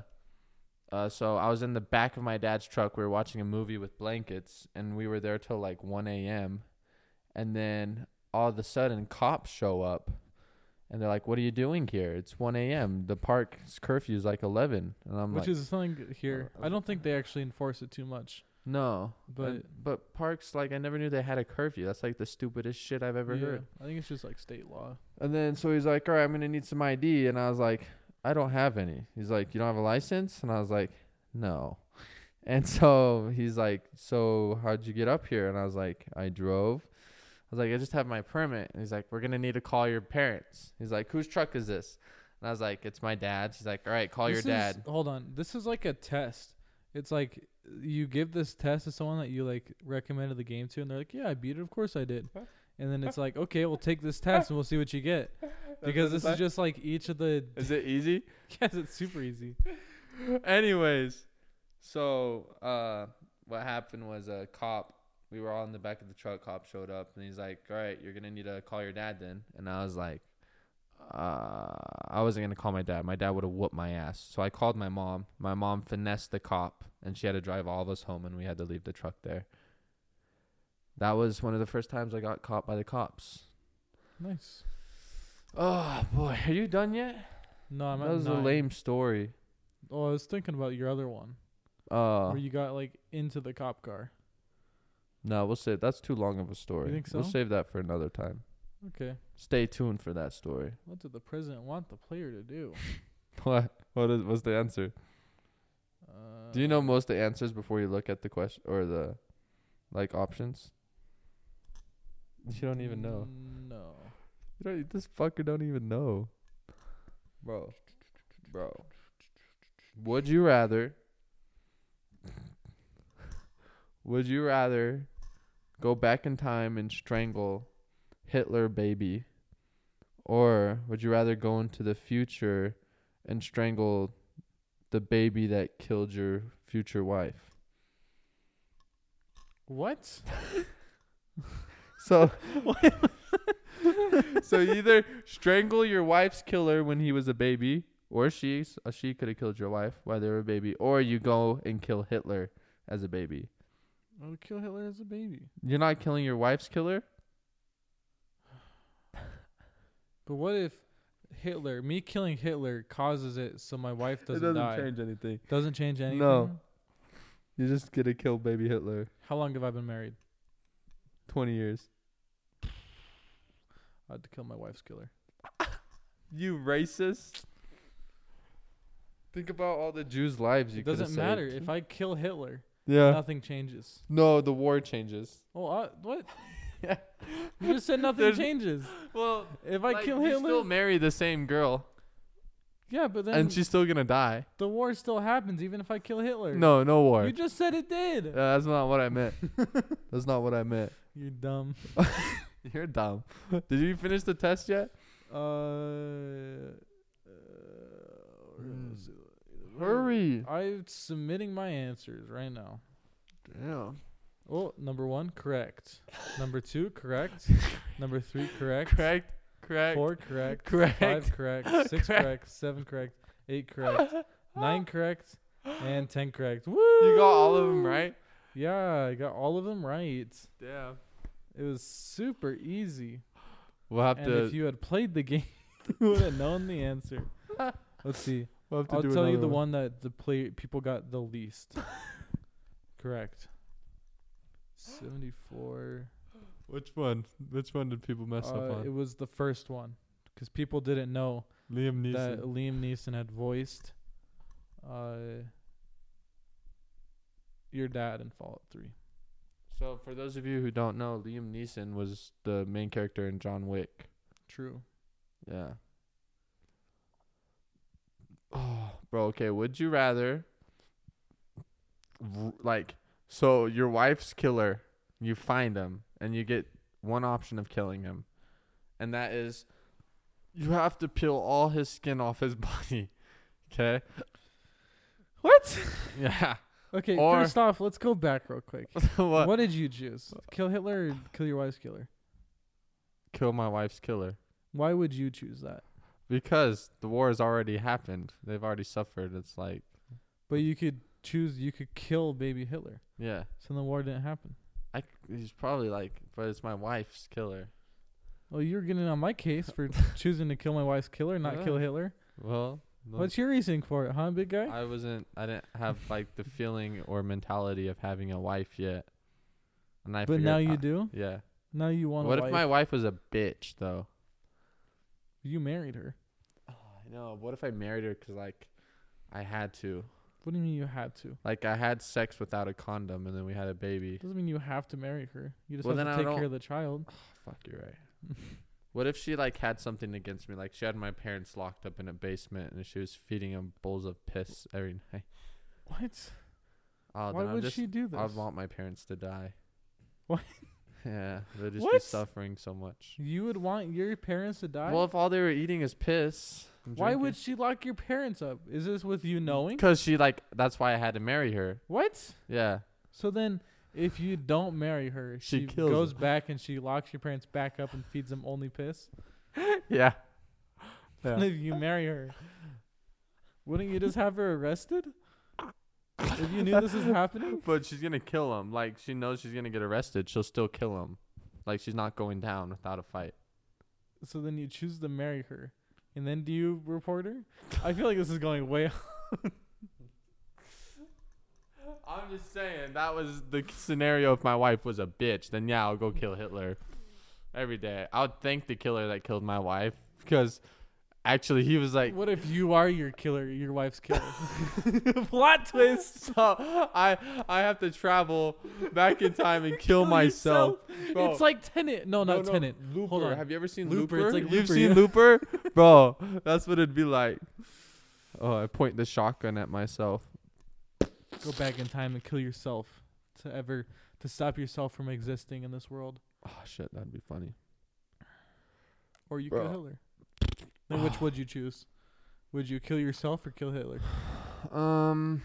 Uh, so I was in the back of my dad's truck. We were watching a movie with blankets, and we were there till like 1 a.m. And then all of a sudden, cops show up, and they're like, "What are you doing here? It's 1 a.m. The park's curfew is like 11." And I'm
which
like, oh,
is something here.
I
I don't think they actually enforce it too much.
"No."
But
And- but parks like I never knew they had a curfew. That's like the stupidest shit I've ever
yeah,
heard.
I think it's just like state law.
And then so he's like, "All right, I'm gonna need some ID," and I was like, "I don't have any." He's like, "You don't have a license?" And I was like, "No." (laughs) And so he's like, "So how'd you get up here?" And I was like, "I drove." I was like, "I just have my permit." And he's like, "We're gonna need to call your parents." He's like, "Whose truck is this?" And I was like, "It's my dad's." He's like, "All right, call
This
your
is-
dad."
hold on. This is like a test. It's like you give this test to someone that you like recommended the game to, and they're like, "Yeah, I beat it. Of course I did." And then it's like, "Okay, we'll take this test and we'll see what you (laughs) get," (laughs) because this is just like each of the.
(laughs)
(laughs)
Is it easy?
Yes, it's super easy.
Anyways, so uh, what happened was a cop. We were all in the back of the truck. Cop showed up and he's like, "All right, you're gonna need to call your dad then." And I was like, uh, "I wasn't gonna call my dad. My dad would have whooped my ass." So I called my mom. My mom finessed the cop, and she had to drive all of us home, and we had to leave the truck there. That was one of the first times I got caught by the cops.
Nice.
Oh boy, are you done yet?
No, I'm
that
at
was a
nine.
lame story.
Oh, I was thinking about your other one
Uh,
where you got like into the cop car.
No, we'll save. That's too long of a story.
think
We'll
so?
save that for another time.
Okay.
Stay tuned for that story. (laughs)
What did the president want the player to do?
What? What is? What's the answer?
Uh,
Do you know most of the answers before you look at the question or the, like options? You don't even know.
No.
You don't. This fucker don't even know. Bro. Bro. Would you rather? (laughs) Would you rather go back in time and strangle Hitler baby or would you rather go into the future and strangle the baby that killed your future wife?
What?
(laughs) So So you either strangle your wife's killer when he was a baby, or she uh, she could have killed your wife while they were a baby, or you go and kill Hitler as a baby.
I would kill Hitler as a baby.
You're not killing your wife's killer.
But what if Hitler, me killing Hitler, causes it so my wife doesn't, die?
anything.
Doesn't change anything.
No. You just get to kill baby Hitler.
How long have I been married?
Twenty years.
I had to kill my wife's killer.
You racist. Think about all the Jews' lives you
it doesn't
coulda
matter
saved.
if I kill Hitler.
yeah.
Nothing changes.
No, the war changes.
Oh, I,
(laughs)
what?
Yeah.
You just said nothing
There's-
changes.
Well,
If I kill
you
Hitler,
still marry the same girl,
yeah, but then
and she's still gonna die.
the war still happens even if I kill Hitler.
No, no war.
you just said it did.
Uh, that's not what
(laughs)
I meant. that's not what I meant.
You're dumb.
You're dumb. (laughs) Did you finish the test yet?
Uh, uh,
Hmm.
s-
Hurry.
I'm submitting my answers right now.
Damn.
Oh, number one, correct. number two,
(laughs)
correct. Number three, correct.
Correct. Correct.
Four, correct.
Correct.
Five,
(laughs)
correct. Six, correct. Seven, correct. Eight, correct.
(laughs)
Nine, correct. And ten, correct. Woo!
You got all of them right.
Yeah, I got all of them right.
Damn.
It was super easy.
We'll have
and
to.
if you had played the (laughs) game, you would have known the
(laughs)
answer. Let's see.
we'll have to
I'll
do
tell you
another
the one that the play people got the
(laughs)
least. Correct. Seventy-four.
Which one? Which one did people mess up
Uh,
on?
it was the first one because people didn't know
Liam
that
Neeson.
Liam Neeson had voiced uh, your dad in Fallout Three.
So, for those of you who don't know, Liam Neeson was the main character in John Wick.
True.
Yeah. Oh, bro. Okay. Would you rather, r- like, so your wife's killer, you find him, and you get one option of killing him, and that is, you have to peel all his skin off his (laughs) body. Okay.
What?
(laughs) Yeah.
Okay.
Or-
first off, let's go back real quick.
(laughs) what?
What? did you choose? Kill Hitler or kill your wife's killer?
Kill my wife's killer.
Why would you choose that?
Because the war has already happened. They've already suffered. It's like
But you could choose. You could kill baby Hitler.
Yeah.
So the war didn't happen.
I c- he's probably like, but it's my wife's killer.
Well, you're getting on my case
(laughs)
for choosing to kill my wife's killer, not kill
Yeah.
Hitler.
Well, no,
What's your reasoning for it, huh, big guy?
I wasn't. I didn't have like the feeling or mentality of having a wife yet. And I.
but
figured-
now you
I-
do.
Yeah.
Now you want. a
What if
wife.
my wife was a bitch though?
You married her.
Ah, I know. What if I married her because like, I had to.
What do you mean you had to?
Like I had sex without a condom and then we had a baby.
Doesn't mean you have to marry her. You just
Well,
have
then I
to take
don't-
care of the child.
Ah, Fuck, you're right. (laughs) what if she like had something against me? Like she had my parents locked up in a basement and she was feeding them bowls of piss every night.
What?
Oh,
Why
then I'm
would
just,
she do this?
I want my parents to die.
What?
(laughs) Yeah, they'd just be
What?
suffering so much.
You would want your parents to die.
Well, if all they were eating is piss,
Why would she lock your parents up? Is this with you knowing?
Because she like that's why I had to marry her.
What? (laughs)
Yeah,
So then, if you don't marry her,
She
she,
kills
goes back and she locks your parents back up and feeds them only piss.
yeah.
And if you marry her, wouldn't you just have her arrested? If you knew
(laughs)
this is happening,
But she's gonna kill him. Like she knows she's gonna get arrested. She'll still kill him. Like she's not going down without a fight.
so then you choose to marry her, and then do you report her? I feel like this is going way.
I'm just saying that was the k- scenario. If my wife was a bitch, then yeah, I'll go kill Hitler every day. I would thank the killer that killed my wife because actually he was (laughs) like
What if you are your killer, your wife's
(laughs)
killer? (laughs) Plot twist.
So I I have to travel back in time and kill myself. Bro.
It's like Tenet. No, not Tenet.
Looper.
Hold on.
Have you ever seen Looper?
Looper, it's like
You've
Looper,
seen
yeah. (laughs)
Looper, bro? That's what it'd be like. Oh, I point the shotgun at myself.
Go back in time and kill yourself to ever to stop yourself from existing in this world,
Oh shit, that'd be funny. (sighs)
or you
Bro.
kill Hitler. Then
(sighs)
which would you choose? Would you kill yourself or kill Hitler?
Um,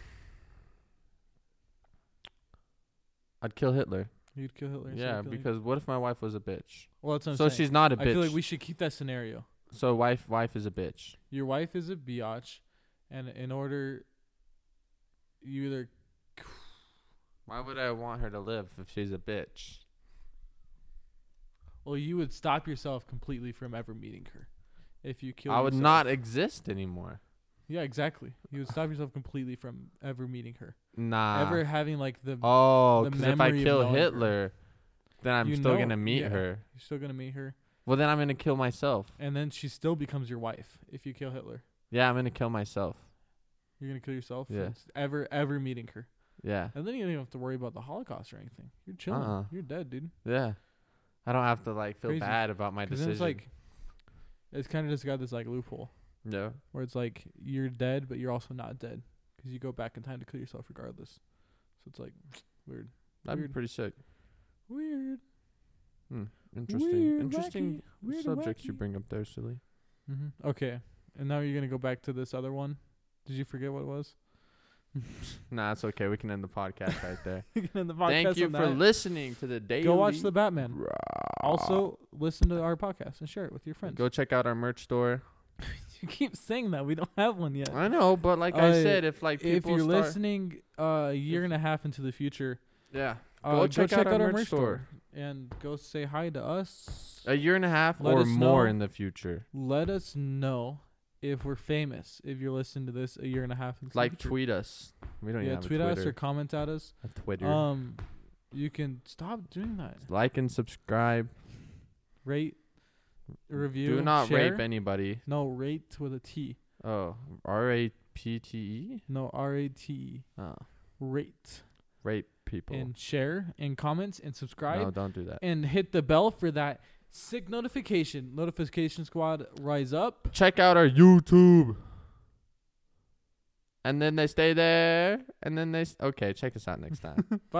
I'd kill Hitler.
You'd kill Hitler. so you'd
yeah,
kill Hitler.
because what if my wife was a bitch?
well, that's what I'm
so
saying.
she's not a
I
bitch.
feel like we should keep that scenario.
so wife wife is a bitch.
Your wife is a biatch, and in order, you either
Why would I want her to live if she's a bitch?
well you would stop yourself completely from ever meeting her, if you kill.
I would
yourself.
not exist anymore.
Yeah, exactly. You would stop yourself completely from ever meeting her,
Nah.
ever having like the.
Ah. Oh,
the
because if I
memory of
kill
knowing her.
Hitler, then I'm
You
still
know-
gonna meet
yeah.
her.
You're still gonna meet her,
Well, then I'm gonna kill myself.
and then she still becomes your wife if you kill Hitler.
Yeah, I'm gonna kill myself.
You're gonna kill yourself.
Yeah.
from s- Ever, ever meeting her,
Yeah,
and then you don't even have to worry about the Holocaust or anything. You're chilling.
Uh-uh.
You're dead, dude.
yeah. I don't have to like feel
Crazy.
bad about my
'Cause then
decision.
it's like, it's kind of just got this like loophole
yeah.
where it's like you're dead, but you're also not dead because you go back in time to kill yourself regardless. So it's like weird,
That'd be
Weird.
pretty sick. Hmm,
weird,
Interesting.
weird,
Interesting
wacky, weird and
subjects you
wacky.
bring up there, silly.
Mm-hmm. Okay, and now you're gonna go back to this other one. Did you forget what it (laughs) was?
Nah, it's okay. We can end the podcast right there.
in the (laughs) podcast
Thank you
on
for
that.
listening to the daily.
Go watch the Batman.
Raw.
Also, listen to our podcast and share it with your friends. (laughs)
Go check out our merch store.
You keep saying that we don't (laughs) have one yet.
I know, but like I
Uh,
said, if like
If
people
you're
start,
listening uh, a year
If-
and a half into the future,
yeah,
uh,
Go check out our merch
and go say hi to us.
a year and a half
Let
or
us
more
know.
in the future.
Let us know if we're famous. If you're listening to this a year and a half, into the
Like
future.
tweet us. We don't
yeah,
even have
tweet
a
us
Twitter.
or comment at us.
A Twitter.
Um, you can stop doing that.
like and subscribe.
Rate, review,
Do not
share.
rape anybody.
No, rate with a T.
Oh, R A P T E.
No, R A T E.
Oh,
Rate
rape people.
and share and comments and subscribe.
no, don't do that.
and hit the bell for that sick notification. Notification squad, rise up.
Check out our YouTube. And then they stay there. And then they. s okay, check us out next time.
Bye.